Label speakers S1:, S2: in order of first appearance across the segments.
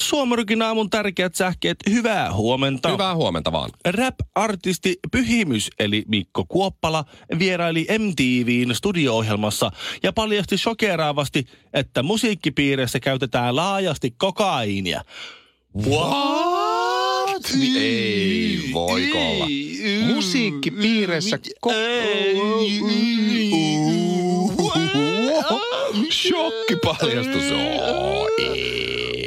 S1: Suomarykin aamun tärkeät sähkeet, hyvää huomenta.
S2: Hyvää huomenta vaan.
S1: Rap-artisti Pyhimys eli Mikko Kuoppala vieraili MTVn studio-ohjelmassa ja paljasti shokeraavasti, että musiikkipiireissä käytetään laajasti kokaiinia. What?
S2: Ei voiko olla. Musiikkipiireissä ko- Shokkipaljastus. Oo, ei.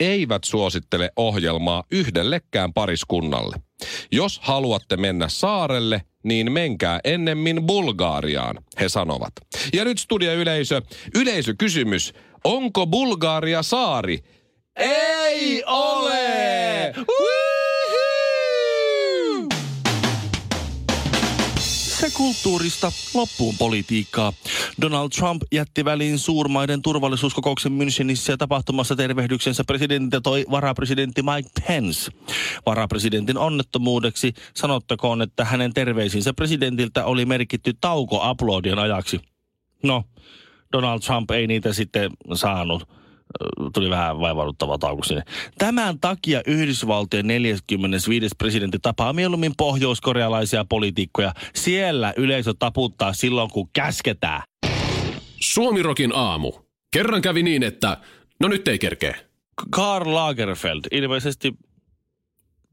S2: eivät suosittele ohjelmaa yhdellekään pariskunnalle. Jos haluatte mennä saarelle, niin menkää ennemmin Bulgaariaan, he sanovat. Ja nyt studioyleisö, yleisökysymys. Onko Bulgaaria saari? Ei ole! Woohoo!
S1: Se kulttuurista loppuun politiikkaa. Donald Trump jätti väliin suurmaiden turvallisuuskokouksen Münchenissä ja tapahtumassa tervehdyksensä presidentti toi varapresidentti Mike Pence. Varapresidentin onnettomuudeksi sanottakoon, että hänen terveisinsä presidentiltä oli merkitty tauko aplodien ajaksi. No, Donald Trump ei niitä sitten saanut. Ö, Tuli vähän vaivauduttava tauko sinne. Tämän takia Yhdysvaltojen 45. presidentti tapaa mieluummin pohjoiskorealaisia poliitikkoja. Siellä yleisö taputtaa silloin, kun käsketään.
S3: Suomirokin aamu. Kerran kävi niin, että no nyt ei kerkeä.
S1: Karl Lagerfeld, ilmeisesti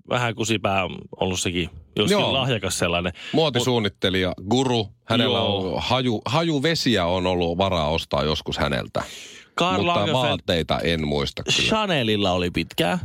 S1: vähän kusipää on ollut sekin, joskin
S2: Joo.
S1: Joo. lahjakas sellainen.
S2: Muotisuunnittelija, guru, hänellä
S1: Joo.
S2: on haju, hajuvesiä on ollut varaa ostaa joskus häneltä.
S1: Karl
S2: Mutta
S1: Lagerfeld
S2: vaatteita en muista kyllä.
S1: Chanelilla oli pitkään,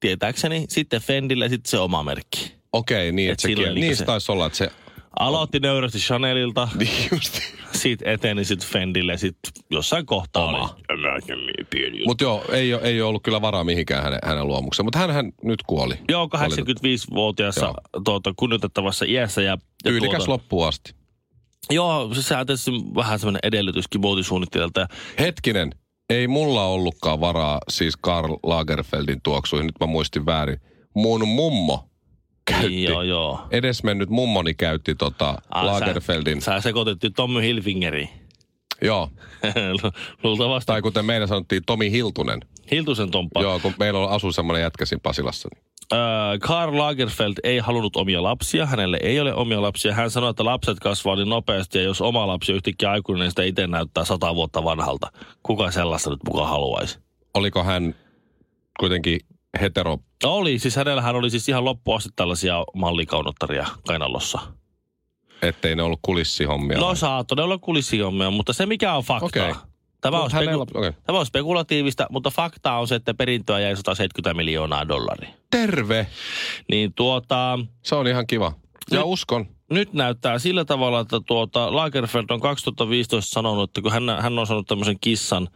S1: tietääkseni, sitten Fendillä ja sitten se oma merkki.
S2: Okei, niin,
S1: Et
S2: että se
S1: silloin
S2: kiel...
S1: niinku
S2: niistä
S1: se-
S2: taisi olla, että se...
S1: Aloitti nöyrästi Chanelilta,
S2: No. Niin just.
S1: sitten eteni sitten Fendille ja sitten jossain kohtaa
S2: Oma.
S1: oli. American Leapian juttu.
S2: Mutta joo, ei, oo- ei oo ollut kyllä varaa mihinkään hänen, hänen luomukseen. Mutta hänhän nyt kuoli.
S1: Joo, 85-vuoteessa tuota, kunnioitettavassa iässä. Ja, ja
S2: Tyylikäs loppuun asti.
S1: Joo, se sehän tietysti vähän semmoinen edellytyskin muotisuunnittelijalta. Ja
S2: Hetkinen, ei mulla ollutkaan varaa siis Karl Lagerfeldin tuoksuihin. Nyt mä muistin väärin. Mun mummo käytti,
S1: Niin Joo,
S2: joo.
S1: joo.
S2: edesmennyt mummoni käytti tota
S1: Ah,
S2: Lagerfeldin.
S1: Sä, sä sekoitettiin Tommy Hilfingeriin.
S2: Joo,
S1: Lu- Luultavasti. Tai...
S2: tai kuten meillä sanottiin Tomi Hiltunen.
S1: Hiltusen tomppa.
S2: Joo, kun meillä on- asui semmoinen jätkä siinä Pasilassa. niin-
S1: Öö, Karl Lagerfeld ei halunnut omia lapsia. Hänelle ei ole omia lapsia. Hän sanoi, että lapset kasvaa niin nopeasti ja jos oma lapsi on yhtäkkiä aikuinen, niin sitä itse näyttää sata vuotta vanhalta. Kuka sellaista nyt mukaan haluaisi?
S2: Oliko hän kuitenkin hetero?
S1: Oli, siis hänellähän oli siis ihan loppuun asti tällaisia mallikaunottaria kainalossa.
S2: ettei ne ollut kulissihommia.
S1: No saattoi ne olla kulissijommia, mutta se mikä on fakta.
S2: Okei.
S1: Tämä, on
S2: Mut hänellä-
S1: speku-
S2: okei.
S1: Tämä on spekulatiivista, mutta fakta on se, että perintöä jäi 170 miljoonaa dollaria.
S2: Terve!
S1: Niin tuota,
S2: Se on ihan kiva. Ja
S1: Nyt-
S2: uskon.
S1: nyt näyttää sillä tavalla, että tuota Lagerfeld on 2015 sanonut, että kun hän, hän on saanut tämmöisen kissan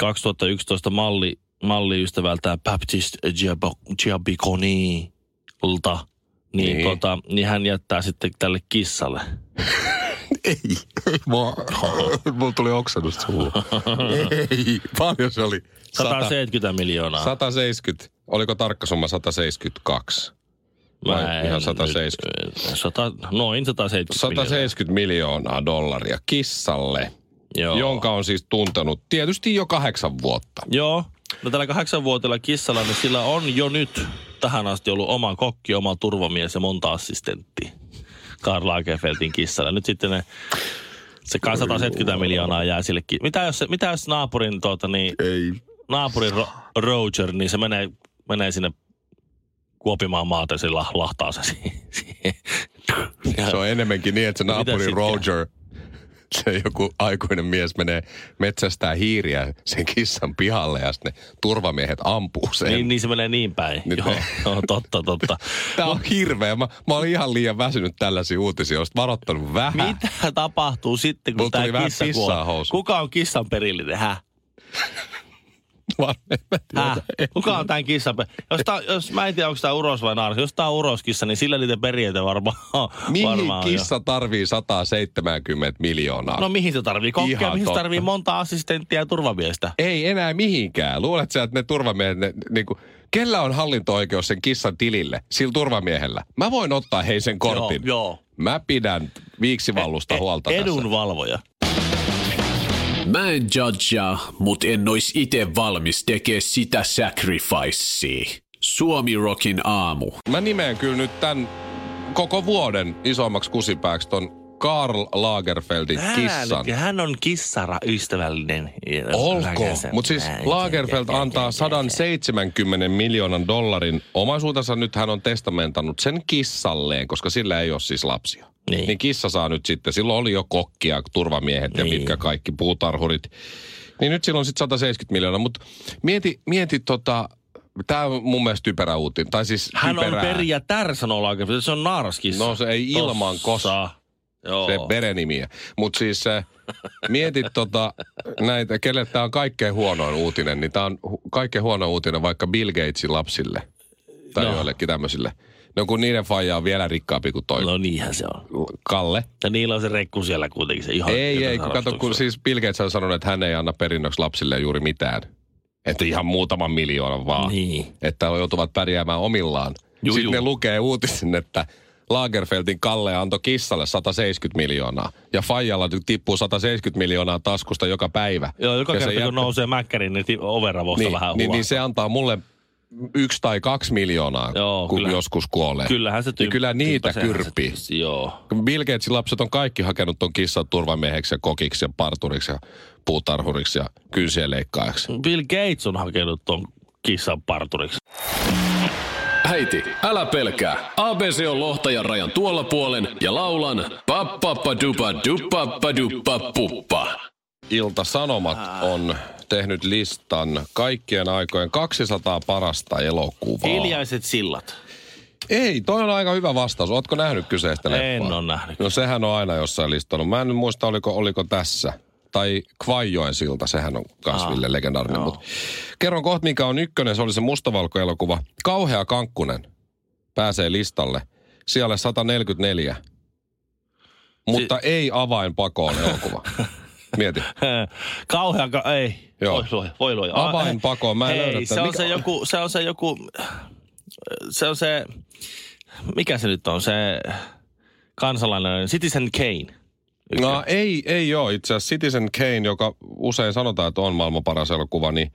S1: 2011 malli, malliystävältään Baptist Giabo- Giabiconilta, niin,
S2: Niin.
S1: niin. Tota, niin hän jättää sitten tälle kissalle.
S2: Ei. Mua, mulla tuli oksennus suuhun. Ei. Paljon se oli?
S1: 170 miljoonaa.
S2: 170. Oliko tarkka summa 172? Vai
S1: en
S2: ihan
S1: nyt-
S2: 170?
S1: Sata, noin 170.
S2: 170 miljoonaa dollaria kissalle,
S1: miljoonaa. Joo.
S2: Joo. jonka on siis tuntenut tietysti jo kahdeksan vuotta.
S1: Joo. No tällä kahdeksanvuotiailla kissalla, niin sillä on jo nyt tähän asti ollut oma kokki, oma turvamies ja monta assistenttia. Karl Lagerfeldin kissalla. Nyt sitten ne, se kai 170 miljoonaa jää sillekin. Mitä jos, se- mitä jos naapurin, tuota, niin,
S2: Ei.
S1: naapurin Ro- Roger, niin se menee, menee sinne kuopimaan maata, se lah- lahtaa se siihen. siihen.
S2: Se on enemmänkin niin, että
S1: No
S2: se naapuri
S1: sit
S2: Roger, se joku aikuinen mies menee metsästää hiiriä sen kissan pihalle ja sitten ne turvamiehet ampuu sen.
S1: Niin, niin se menee niin päin.
S2: Nyt
S1: Joo,
S2: ei.
S1: joo, totta, totta.
S2: Tämä on hirveä. Mä, mä olin ihan liian väsynyt tällaisia uutisia. Olisit varoittanut vähän.
S1: Mitä tapahtuu sitten, kun
S2: Mulla tuli
S1: tämä
S2: vähän
S1: kissa
S2: pissaa
S1: kuolee?
S2: housuun.
S1: Kuka on kissan perillinen? Häh?
S2: Vaan en mä tiedä.
S1: Häh? Äh, Kuka on tämän kissan per... jos, tää, jos mä en tiedä, onko tämä uros vai naaras. Jos tämä on uroskissa, niin sillä niitä perijöitä varmaan on.
S2: Mihin
S1: varmaan on jo.
S2: kissa tarvii 170 miljoonaa?
S1: No mihin se tarvii? Kokkia,
S2: Ihan
S1: mihin se
S2: totta.
S1: tarvii monta assistenttia ja turvamiestä?
S2: Ei enää mihinkään. Luulet sä, että ne turvamiehet, ne, niinku, kellä on hallinto-oikeus sen kissan tilille, sillä turvamiehellä? Mä voin ottaa hei sen kortin.
S1: Joo, joo.
S2: Mä pidän viiksivallusta huolta
S1: E-
S2: tässä.
S1: Edunvalvoja.
S3: Mä en judgea, mut en ois ite valmis tekee sitä sacrificea. Suomi Rockin aamu.
S2: Mä nimeän kyllä nyt tämän koko vuoden isommaksi kusipääksi ton Karl Lagerfeldin
S1: Älä
S2: kissan.
S1: nyt, Hän on kissara ystävällinen.
S2: Olko? Mutta siis Lagerfeld antaa 170 miljoonan dollarin omaisuutensa. Nyt hän on testamentannut sen kissalleen, koska sillä ei ole siis lapsia.
S1: Niin.
S2: niin kissa saa nyt sitten. Silloin oli jo kokkia, turvamiehet ja
S1: Niin.
S2: mitkä kaikki puutarhurit. Niin nyt silloin sitten 170 miljoonaa. Mutta mieti, mieti tota, tämä on mun mielestä typerä uutinen. Tai siis
S1: Hän on
S2: typerää.
S1: perijätär, sanoo Lagerfeld. Se on naaraskissa.
S2: No se ei ilman kossa.
S1: Joo.
S2: Se verenimiä. Mutta siis äh, mietit tota, näitä, kelle tämä on kaikkein huonoin uutinen, niin tämä on hu- kaikkein huono uutinen vaikka Bill Gatesin lapsille tai
S1: No.
S2: no. joillekin tämmöisille. No kun niiden faija on vielä rikkaampi kuin toi no.
S1: No niinhän se on.
S2: Kalle.
S1: Ja niillä on se rekku siellä kuitenkin. Se ihan
S2: Ei, ei, kun kato, kun siis Bill Gates on sanonut, että hän ei anna perinnöksi lapsille juuri mitään. Että ihan muutaman miljoonan vaan.
S1: Niin.
S2: Että he joutuvat pärjäämään omillaan.
S1: Juu,
S2: Sitten
S1: juu.
S2: ne lukee uutisen, että Lagerfeldin Kalle antoi kissalle 170 miljoonaa. Ja Fajalla nyt tippuu 170 miljoonaa taskusta joka päivä.
S1: Joo, joka
S2: Ja se
S1: kerta kun
S2: jättä-
S1: nousee mäkkäriin, niin ti- overavosta
S2: niin,
S1: vähän
S2: niin,
S1: huomaa.
S2: niin se antaa mulle yksi tai kaksi miljoonaa,
S1: Joo,
S2: kun
S1: kyllä.
S2: joskus kuolee.
S1: Kyllähän se
S2: Niin
S1: tymp-
S2: kyllä niitä
S1: tympäsehän se
S2: kyrpii.
S1: tietysti, Joo.
S2: Bill Gatesin lapset on kaikki hakenut ton kissan turvamieheksi ja kokiksi ja parturiksi ja puutarhuriksi ja kynsien leikkaajaksi.
S1: Bill Gates on hakenut ton kissan parturiksi.
S3: Äiti, älä pelkää. ABC on lohtajan rajan tuolla puolen ja laulan pappappadupa dupappadupa puppa.
S2: Ilta-Sanomat on tehnyt listan kaikkien aikojen 200 parasta elokuvaa.
S1: Hiljaiset sillat.
S2: Ei, toi on aika hyvä vastaus. Ootko nähnyt kyseistä
S1: En
S2: leffaa?
S1: oo nähnyt.
S2: No sehän on aina jossain listalla. Mä en nyt muista, oliko, oliko tässä. Tai Kvaijoen silta, sehän on kans Ville legendaarinen. Mut. Kerron kohta, mikä on ykkönen. Se oli se mustavalkoelokuva. Kauhea kankkunen pääsee listalle. Siellä 144. Mutta ei avainpakoon elokuva. Mieti.
S1: Kauhean, ka- ei.
S2: Joo.
S1: Voi luoja, voi luoja. Ah, eh,
S2: Avainpakoon, mä en
S1: Hei,
S2: löydä tätä.
S1: se on
S2: Mikä-
S1: se joku, se on se joku, se on se, mikä se nyt on, se kansalainen, Citizen Kane.
S2: No ei, ei joo. Itse asiassa Citizen Kane, joka usein sanotaan, että on maailman paras elokuva, niin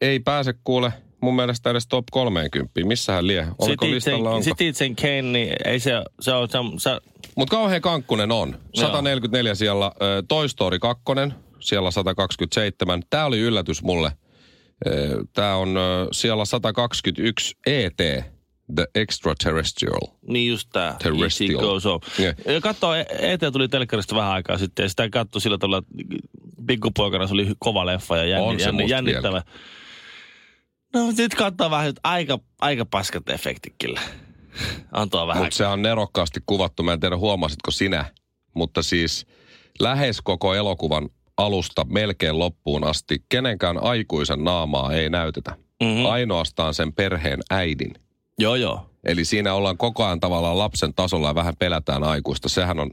S2: ei pääse kuule mun mielestä edes top 30. Missähän lie? Oliko
S1: Citizen,
S2: listalla onko?
S1: Citizen Kane, niin ei se, se on, se, on- se,
S2: Mutta kauhean kankkunen on. 144 siellä, äh, Toy Story 2, siellä 127. Tämä oli yllätys mulle. Tämä on äh, siellä 121 ET, The Extraterrestrial.
S1: Niin just tää.
S2: Terrestrial.
S1: Easy Goes On.
S2: Joo.
S1: Ja katso, E- ET tuli telkkarista vähän aikaa sitten ja sitä katsoi sillä tavalla, että pikkupoikana se oli hy- kova leffa ja
S2: On
S1: jänni,
S2: se
S1: jänni,
S2: musta
S1: jännittävä. No mut nyt katsoo vähän, että aika, aika paskat efektit kyllä. Antaa vähän.
S2: Mutta se on nerokkaasti kuvattu. Mä en tiedä, huomasitko sinä, mutta siis lähes koko elokuvan alusta melkein loppuun asti kenenkään aikuisen naamaa ei näytetä.
S1: Mhm.
S2: Mm-hmm. Ainoastaan sen perheen äidin.
S1: Joo, joo.
S2: Eli siinä ollaan koko ajan tavallaan lapsen tasolla ja vähän pelätään aikuista. Sehän on,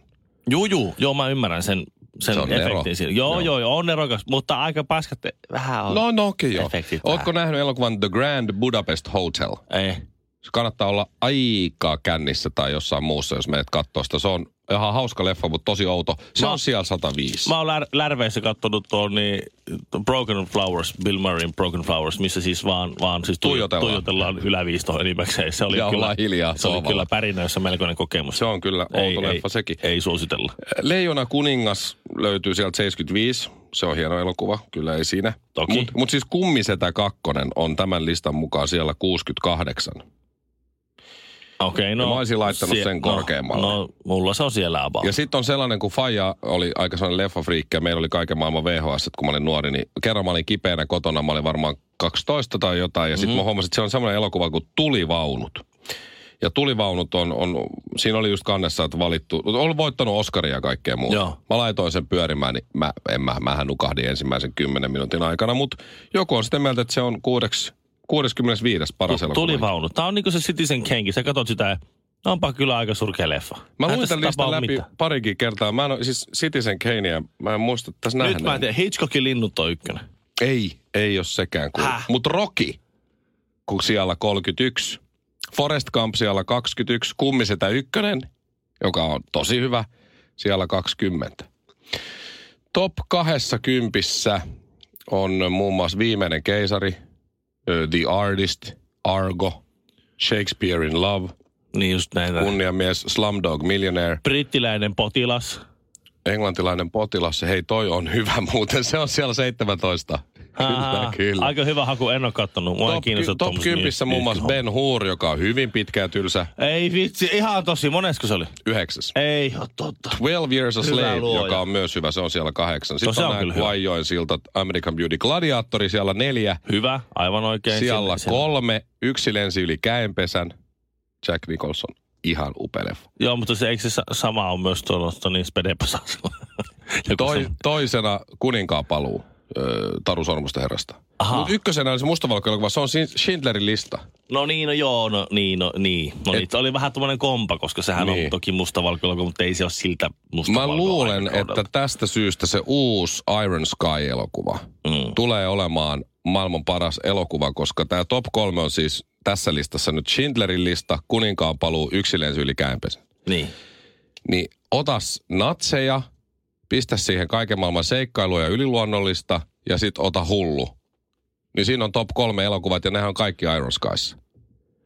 S1: Juu, juu. Joo, mä ymmärrän sen, sen
S2: Se on
S1: efektin
S2: ero.
S1: siinä. Joo, joo,
S2: Joo.
S1: joo, on erokas, mutta aika paskat e- vähän on.
S2: no no okei joo.
S1: Efektit
S2: Ootko nähnyt elokuvan The Grand Budapest Hotel?
S1: Ei.
S2: Se kannattaa olla aika kännissä tai jossain muussa, jos menet katsoa sitä. Se on ihan hauska leffa, mutta tosi outo. Se
S1: Mä-
S2: on siellä 105.
S1: Mä oon lär- Lärveissä kattonut tuon niin Broken Flowers, Bill Murrayn Broken Flowers, missä siis vaan, vaan siis tuij-
S2: Tuijotellaan.
S1: tuijotellaan yläviistoon enimmäkseen. Se oli
S2: Ja
S1: kyllä,
S2: ollaan hiljaa
S1: se oli
S2: sohvalla.
S1: kyllä pärinöissä melkoinen kokemus.
S2: Se on kyllä outo
S1: ei,
S2: leffa
S1: ei,
S2: sekin.
S1: Ei suositella.
S2: Leijona kuningas löytyy sieltä 75. Se on hieno elokuva, kyllä ei siinä.
S1: Toki.
S2: Mutta mut siis Kummisetä kakkonen on tämän listan mukaan siellä 68.
S1: Okei, okay, no.
S2: Ja mä olisin laittanut sen korkeammalle.
S1: No, no, mulla se on siellä about.
S2: Ja sitten on sellainen, kun Faija oli aika sellainen leffafriikki ja meillä oli kaiken maailman VHS, kun mä olin nuori, niin kerran mä olin kipeänä kotona, mä olin varmaan 12 tai jotain, ja sitten
S1: Mhm.
S2: mm-hmm. mä huomasin, että se on sellainen elokuva kuin Tulivaunut. Ja Tulivaunut on, on, siinä oli just kannessa, että valittu, on voittanut Oscaria ja kaikkea muuta.
S1: Joo.
S2: Mä laitoin sen pyörimään, niin mä, en mä, mähän nukahdin ensimmäisen 10 minuutin aikana, mutta joku on sitä mieltä, että se on kuudeksi, 65. paras
S1: Tu-
S2: elokuva.
S1: Tuli vaunu. Tää on niinku se Citizen Kenki. Sä katot sitä ja no onpa kyllä aika surkea leffa.
S2: Mä
S1: Eihän
S2: luin
S1: tässä
S2: tämän listan
S1: tapahdu
S2: läpi
S1: mitään.
S2: parikin kertaa. Mä en ole, siis Citizen Kaneä, mä en muista tässä
S1: Nyt mä en
S2: nähneen.
S1: tiedä. Hitchcockin linnut on ykkönen.
S2: Ei, ei ole sekään kuin.
S1: Häh?
S2: Mutta Rocky, kun siellä 31. Forest Gump siellä 21. Kummisetä ykkönen, joka on tosi hyvä, siellä 20. Top 20 on muun muassa Viimeinen keisari, ö, The Artist, Argo, Shakespeare in Love,
S1: Niin just näin. Kun...
S2: Kunniamies, Slumdog Millionaire,
S1: Brittiläinen potilas.
S2: englantilainen potilas, hei toi on hyvä muuten, se on siellä 17. Kyllä,
S1: Ahaa,
S2: kyllä.
S1: Aika hyvä haku, en oo kattonut. Mua ei
S2: Top,
S1: kiinnosta
S2: ky- top
S1: tommoset
S2: 10
S1: niit-
S2: muun muassa
S1: niittyhommat.
S2: Ben Hur, joka on hyvin pitkä ja tylsä,
S1: Ei vitsi, ihan tosi. Monesko se oli?
S2: yhdeksäs.
S1: Ei oo totta.
S2: 12 Years a
S1: Hyvä
S2: Slave,
S1: luoja.
S2: joka on myös hyvä, se on siellä kahdeksan.
S1: se
S2: Sitten
S1: on
S2: on,
S1: kyllä
S2: nämä
S1: hyvä.
S2: Kuaijoen siltat, American Beauty Gladiatori siellä neljä,
S1: Hyvä, aivan oikein.
S2: siellä
S1: Sinne- sinne-
S2: kolme, yksi lensi yli käenpesän, Jack Nicholson, ihan upea leffa.
S1: Joo, mutta se, eikö se sa- sama on myös tuolla tuolla niin spedepasasilla?
S2: Toi, toisena kuninkaan paluu öö, Taru Sormusten herrasta.
S1: Ahaa.
S2: Mutta ykkösenä on se mustavalkoelokuva, se on Sin- Schindlerin lista.
S1: No niin, no joo, no niin, no niin. No
S2: Et-
S1: niin, oli vähän tuommoinen kompa, koska sehän
S2: Niin.
S1: on toki mustavalkoilla, mutta ei se ole siltä
S2: Mä
S1: mustavalkoilla.
S2: luulen,
S1: aikakaudelta.
S2: että tästä syystä se uusi Iron Sky-elokuva
S1: Mm.
S2: tulee olemaan maailman paras elokuva, koska tämä top kolme on siis tässä listassa nyt Schindlerin lista, kuninkaan paluu, yksilensä yli käänpesen.
S1: Niin.
S2: Niin otas natseja, pistä siihen kaiken maailman seikkailua ja yliluonnollista ja sit ota hullu. Niin siinä on top kolme elokuvat ja nehän on kaikki Iron Skyssa.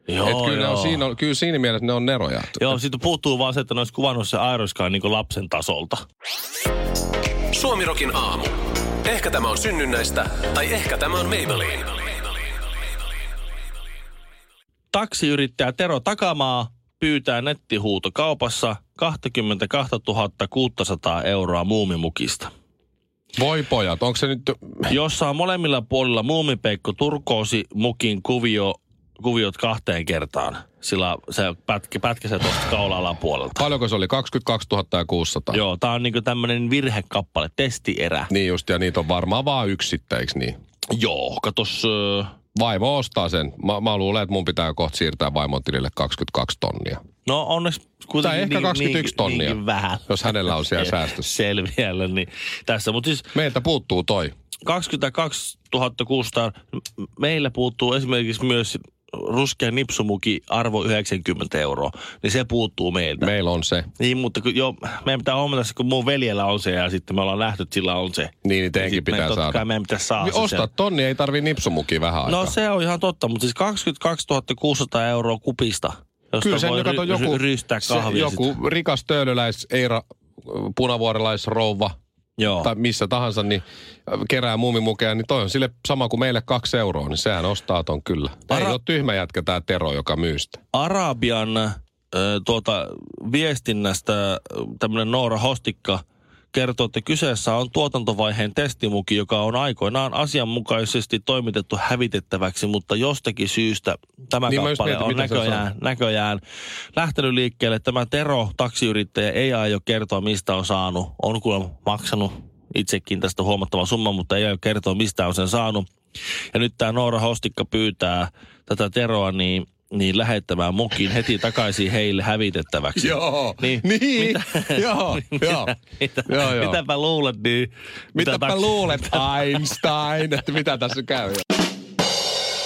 S1: Joo,
S2: Et kyllä, ne
S1: joo.
S2: on siinä, on, kyllä siinä mielessä ne on neroja.
S1: Joo, siitä puuttuu vaan se, että ne olisi kuvannut se Airoskaan niin lapsen tasolta.
S3: Suomirokin aamu. Ehkä tämä on synnynnäistä, tai ehkä tämä on Maybelline.
S1: Taksiyrittäjä Tero Takamaa pyytää nettihuutokaupassa 22 600 euroa muumimukista.
S2: Voi pojat, onko se nyt...
S1: jossa on molemmilla puolilla muumipeikko turkoosi mukin kuvio, kuviot kahteen kertaan. Sillä se pätkä, pätkä se tuosta kaula puolelta.
S2: Paljonko se oli? 22 600.
S1: Joo, tää on niinku tämmönen virhekappale, testierä.
S2: Niin just, ja niitä on varmaan vaan yksittäiksi niin.
S1: Joo, katos, ö,
S2: Vaimo ostaa sen. Mä, mä luulen, että mun pitää kohta siirtää vaimon tilille 22 tonnia.
S1: no onneksi kuitenkin... niin-
S2: Tai ehkä 21 tonnia,
S1: niinkin vähän.
S2: jos hänellä on siellä säästössä.
S1: Selviällä, niin tässä. Mutta siis
S2: Meiltä puuttuu toi.
S1: 22 600, meillä puuttuu esimerkiksi myös ruskea nipsumuki arvo 90 euroa, niin se puuttuu meiltä.
S2: Meillä on se.
S1: Niin, mutta kun, joo, meidän pitää huomata se, kun mun veljellä on se ja sitten me ollaan nähty, että sillä on se.
S2: Niin, niin
S1: Sitten
S2: teihinkin
S1: meidän
S2: pitää
S1: totta
S2: saada.
S1: Kai meidän pitää saada
S2: Niin
S1: Ah, se
S2: osta
S1: sieltä.
S2: tonni, ei tarvii nipsumukia vähän aikaa.
S1: No se on ihan totta, mutta siis 22 600 euroa kupista, josta
S2: Kyllä sen
S1: voi
S2: nyt kato
S1: ry-
S2: joku,
S1: ry- rystää
S2: se,
S1: kahvia
S2: joku
S1: sit.
S2: rikas töölöläis, Eira, punavuorelaisrouva
S1: Joo.
S2: tai missä tahansa, niin äh, kerää muumimukea, niin toi on sille sama kuin meille kaksi euroa, niin sehän ostaa ton kyllä. Ei
S1: Ara-
S2: ole tyhmä jätkä tää Tero, joka myy sitä.
S1: Arabian ö, tuota, viestinnästä tämmöinen Noora Hostikka kertoo, että kyseessä on tuotantovaiheen testimuki, joka on aikoinaan asianmukaisesti toimitettu hävitettäväksi, mutta jostakin syystä tämä
S2: Niin
S1: niin
S2: mä just
S1: kappale
S2: mietin,
S1: on
S2: mitä se on
S1: näköjään, näköjään lähtenyt liikkeelle. Tämä Tero, taksiyrittäjä, ei aio kertoa, mistä on saanut. On kuulemma maksanut itsekin tästä huomattava summa, mutta ei aio kertoa, mistä on sen saanut. Ja nyt tämä Noora Hostikka pyytää tätä Teroa niin, niin lähettämään mukin heti takaisin heille hävitettäväksi.
S2: Joo,
S1: Niin.
S2: niin. joo, joo,
S1: Mitä,
S2: joo, joo.
S1: Mitäpä luulet niin?
S2: Mitäpä
S1: taks-
S2: luulet, Einstein, että mitä tässä käy?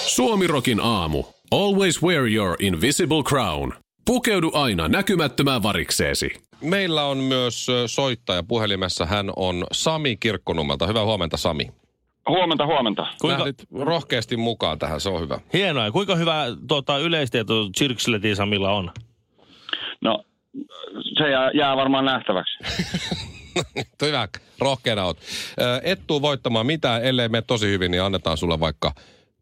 S3: Suomirokin aamu. Always wear your invisible crown. Pukeudu aina näkymättömään varikseesi.
S2: Meillä on myös ö, soittaja puhelimessa. Hän on Sami Kirkkonummelta. Hyvää huomenta, Sami.
S4: Huomenta, huomenta.
S2: Kuinka?
S1: Kuinka-
S2: Lähdit rohkeasti mukaan tähän, se on hyvä.
S1: Hienoa. Kuinka hyvä tuota, yleistieto Chirksletin Samilla on?
S4: No, se jää, jää varmaan nähtäväksi.
S2: Tuo hyvä, rohkeana oot. Ö, Et tuu voittamaan mitään, ellei mene tosi hyvin, niin annetaan sulle vaikka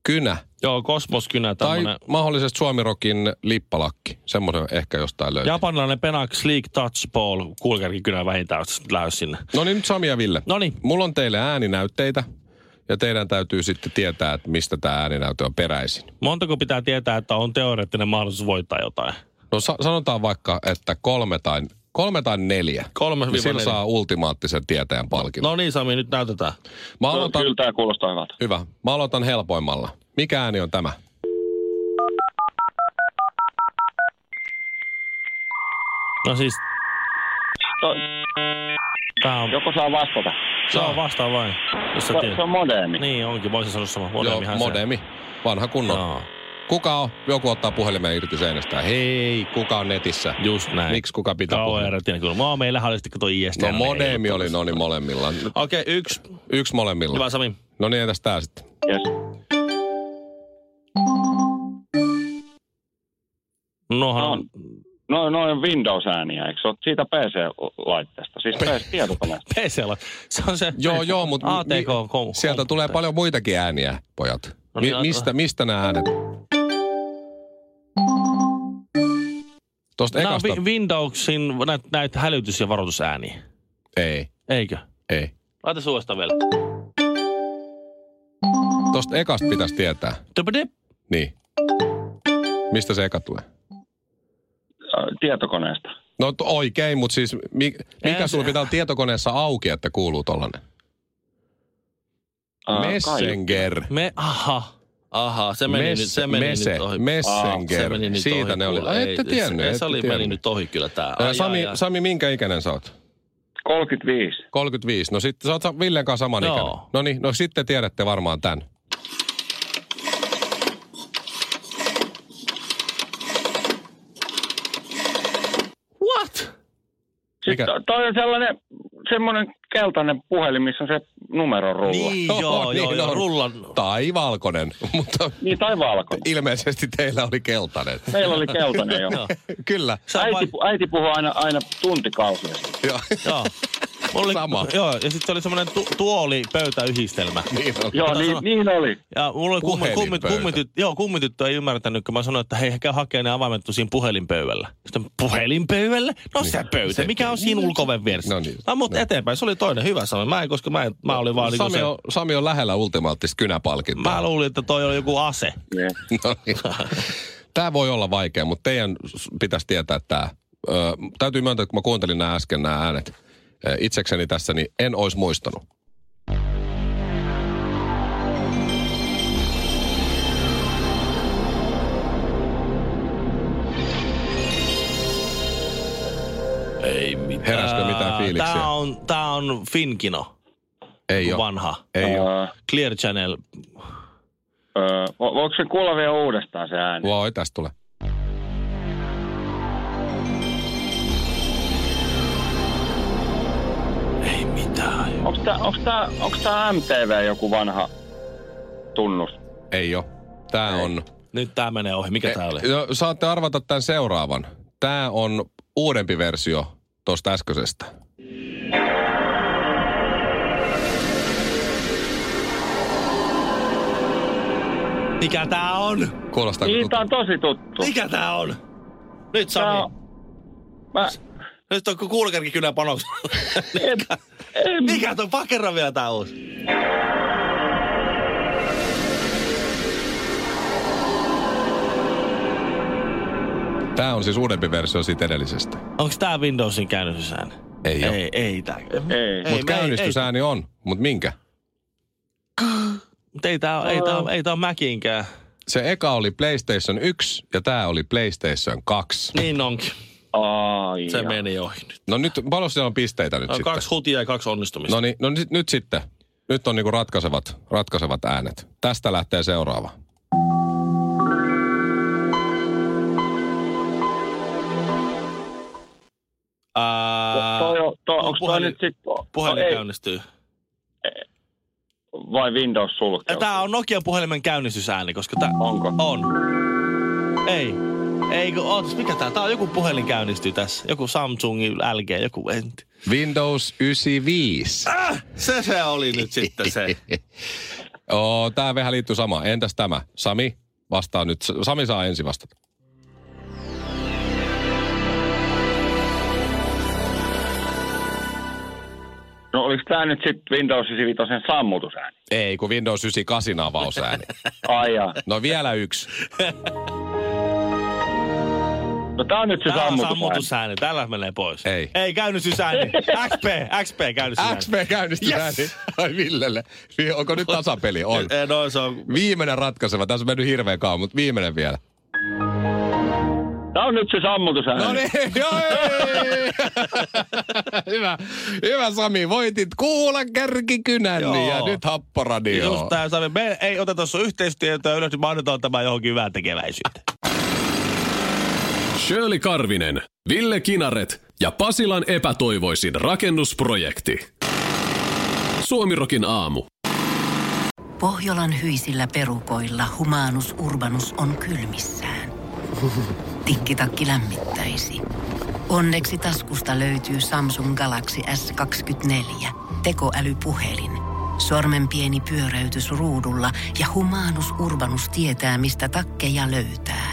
S2: kynä
S1: Joo, kosmoskynä
S2: tai
S1: tämmönen.
S2: mahdollisesti Suomirokin lippalakki. Semmoisen ehkä jostain löytyy.
S1: Japanilainen Penak Sleek Touch Ball, kulkärkikynä vähintään, jos lähes sinne.
S2: No niin, nyt Sami ja Ville.
S1: Noniin.
S2: Mulla on teille ääninäytteitä ja teidän täytyy sitten tietää, että mistä tämä ääninäyte on peräisin.
S1: Montako pitää tietää, että on teoreettinen mahdollisuus voittaa jotain?
S2: No sa- sanotaan vaikka, että kolme tai, kolme tai neljä.
S1: Kolme
S2: niin
S1: viiva
S2: sillä
S1: neljä.
S2: saa ultimaattisen tietäjän palkinnon.
S1: No niin Sami, nyt näytetään.
S2: Mä
S4: No,
S2: aloitan,
S4: Kyllä tämä kuulostaa hyvältä.
S2: hyvä, mä aloitan helpoimmalla. Mikä ääni on tämä?
S1: No siis,
S4: No,
S1: tää on,
S4: joko saa vastata?
S1: tää on vastaan vain, jos sä
S4: Se,
S1: tiedät.
S4: se on modemi. Niin.
S1: Niin onkin, voisin sanoa sama.
S2: Joo,
S1: Modemihan
S2: modemi. Vanha
S1: se.
S2: kunnon. No.
S1: Joo,
S2: Kuka on? Joku ottaa puhelimen irti seinästä. Hei, kuka on netissä?
S1: just näin.
S2: Miksi kuka pitää
S1: Kauan
S2: puhelimen?
S1: eri tiedä, kyllä. Mä oon meillä hallisti, kato IST.
S2: No modemi oli noni molemmilla.
S1: Okei, okay, yksi.
S2: Yksi
S1: Hyvä
S2: molemmilla.
S1: Sami.
S2: No niin, entäs tää sitten?
S4: Yes.
S1: Nohan
S4: No,
S1: on.
S4: no, no on Windows-ääniä, eikö se ole siitä PC-laitteesta? Siis PC-tietokoneesta.
S1: PCllä. Se on se
S2: Joo, joo, mutta
S1: ATK. kom-
S2: sieltä tulee paljon muitakin ääniä, pojat.
S1: No niin,
S2: Mi-
S1: aloitetaan.
S2: mistä, mistä nämä äänet? Tuosta
S1: Nämä on
S2: ekasta?
S1: vi- Windowsin näitä näit hälytys- ja varoitusääniä.
S2: Ei,
S1: Eikö?
S2: ei.
S1: Laita suosta vielä.
S2: Tuosta ekasta pitäisi tietää.
S1: Töpödip.
S2: Niin. Mistä se eka tulee?
S4: Ö, Tietokoneesta.
S2: No t- oikein, mutta siis mi- mikä
S1: Ei,
S2: sulla
S1: se-
S2: pitää olla tietokoneessa auki, että kuuluu tollanen?
S4: Ö, kai-
S2: Messenger.
S1: Me, aha. Aha, se meni, nyt, se
S2: Mes-
S1: meni
S2: mese,
S1: nyt ohi.
S2: messenger.
S1: Se meni nyt
S2: Siitä
S1: ohi,
S2: ne oli.
S1: kuule.
S2: Ai, ette
S1: Ei,
S2: tiennyt.
S1: Se,
S2: ette
S1: se oli, meni
S2: tiennyt.
S1: nyt ohi kyllä tää.
S2: Ää, Sami, Sami, minkä ikäinen sä oot?
S4: 35.
S2: 35. No sitten sä oot sa- Villen kanssa saman
S1: Joo.
S2: ikäinen. No niin, no sitten tiedätte varmaan tämän.
S1: What?
S4: Sitten
S2: Mikä?
S4: Siis to- toi on sellainen, semmoinen keltainen puhelin, missä on se numero rulla. Niin.
S1: Niin, joo, joo,
S2: niin
S1: joo,
S2: on.
S1: rullan.
S2: Tai valkoinen, mutta
S4: niin tai valkoinen.
S2: ilmeisesti teillä oli keltainen.
S4: Meillä oli keltainen jo.
S2: Kyllä.
S1: Sä
S4: Äiti,
S1: vai-
S4: pu- äiti puhui aina, aina tuntikausia.
S2: Joo.
S1: Joo. Mulla Oli,
S2: Sama.
S1: Joo, ja sitten oli semmoinen tu- tuoli pöytäyhdistelmä.
S2: Niin on.
S4: Joo,
S1: Tota
S4: niin,
S1: sano-
S4: niin oli.
S1: Ja mulla oli kummi, kummi,
S2: Puhelinpöytä.
S1: kummi, tyttö, joo, kummityttö ei ymmärtänyt, kun mä sanoin, että hei, he käy hakemaan ne avaimet siinä puhelinpöydällä. Sitten puhelinpöydällä? No niin, se pöytä,
S2: se-
S1: mikä on siinä ulkoven vieressä?
S2: No niin.
S1: No, mutta
S2: No.
S1: eteenpäin, se oli toinen hyvä Sami. Mä en, koska mä, en, mä olin vaan niinku
S2: Sami,
S1: se,
S2: on, Sami on lähellä ultimaattista kynäpalkintoa.
S1: mä luulin, että toi oli joku ase.
S2: No niin. Tämä voi olla vaikea, mutta teidän s- pitäisi tietää tämä. Ö, täytyy myöntää, että kun mä kuuntelin nämä äsken nämä äänet ö, itsekseni tässä, niin en olisi muistanut.
S1: Ei mitään.
S2: Heräskö mitään fiiliksiä?
S1: Tää on, tää on Finkino,
S2: Ei
S1: kun
S2: ole.
S1: vanha.
S2: Ei ole.
S4: Öö,
S1: Clear Channel.
S4: öö, vo- voiko se kuulla vielä uudestaan se ääni?
S2: Voi, tästä tulee.
S1: Ei mitään.
S4: Onko tää, onks tää, onks tää MTV joku vanha tunnus?
S2: Ei ole. Tämä on...
S1: Nyt tää menee ohi. Mikä tää oli?
S2: no, saatte arvata tämän seuraavan. Tämä on uudempi versio tuosta äskeisestä.
S1: Mikä tää on?
S2: Kuulostaako
S4: Niin, tää on
S2: tutulta?
S4: tosi tuttu.
S1: Mikä tää on? Nyt
S4: Tää
S1: Sami.
S4: on... Mä...
S1: Nyt on kuulkärki kynä panoksella.
S4: En, en,
S1: Mikä toi pakerra vielä tää uusi?
S2: Tämä on siis uudempi versio siitä edellisestä.
S1: Onks tää Windowsin käynnisysääni?
S2: Ei ole.
S1: Ei, ei tää.
S4: ei.
S1: Ei,
S2: Mutta
S1: me ei-
S2: käynnistysääni on. Mutta minkä?
S1: Mut ei tää, ei tää, ei tää mäkiinkään.
S2: Se eka oli PlayStation 1 ja tämä oli PlayStation 2.
S1: Niin onkin.
S4: Ai,
S1: Se
S4: joo.
S1: meni ohi nyt.
S2: No nyt, paljon siellä on pisteitä nyt
S1: No,
S2: sitten?
S1: kaksi hutia ja kaksi onnistumista.
S2: No niin, no nyt, nyt sitten. Nyt on niinku ratkaisevat, ratkaisevat äänet. Tästä lähtee seuraava.
S1: Ää,
S4: Toi on, toi,
S1: Onko
S4: onks toi
S1: puhelin-
S4: nyt sit...
S1: puhelin
S4: no ei,
S1: käynnistyy.
S4: vai Windows
S1: Ja
S4: sulkeutuu?
S1: tää on Nokian puhelimen käynnistysääni, koska tää
S4: Onko?
S1: on. Ei. Ei, kun ootas, mikä tää? Tää on joku puhelin käynnistyy tässä. Joku Samsung, LG, joku en.
S2: Windows 95. Äh!
S1: Se se oli nyt sitten se.
S2: Joo, tää vähän liittyy sama. Entäs tämä? Sami, vastaa nyt. Sami saa ensin vastata.
S4: No oliko tämä nyt sitten Windows 95 sammutusääni?
S2: Ei, kun Windows 98 avausääni.
S4: Ai jaa.
S2: No vielä yksi.
S4: No tämä on nyt se
S1: Täällä on
S4: sammutusääni.
S1: sammutusääni. Täällä menee pois.
S2: Ei.
S1: Ei käynnistysääni. XP, XP käynnistysääni.
S2: XP käynnistysääni. Yes. Ai Villelle. Vi- Onko nyt tasapeli? On.
S1: Eh, No se on
S2: Viimeinen ratkaiseva. Tässä on mennyt hirveän kauan, mutta viimeinen vielä.
S4: Tämä on nyt se sammutusääni.
S2: No niin, joo, ei. Hyvä. Hyvä Sami, voitit kuulla kärkikynän
S1: Joo.
S2: ja nyt happoradio.
S1: just tää Sami. Me ei oteta sun yhteistyötä ylös, niin me annetaan tämä johonkin hyvään tekeväisyyteen.
S3: Shirley Karvinen, Ville Kinaret ja Pasilan epätoivoisin rakennusprojekti. Suomirokin aamu.
S5: Pohjolan hyisillä perukoilla humanus urbanus on kylmissään. Tikkitakki lämmittäisi. Onneksi taskusta löytyy Samsung Galaxy S24. Tekoälypuhelin. Sormen pieni pyöräytys ruudulla ja humanus urbanus tietää, mistä takkeja löytää.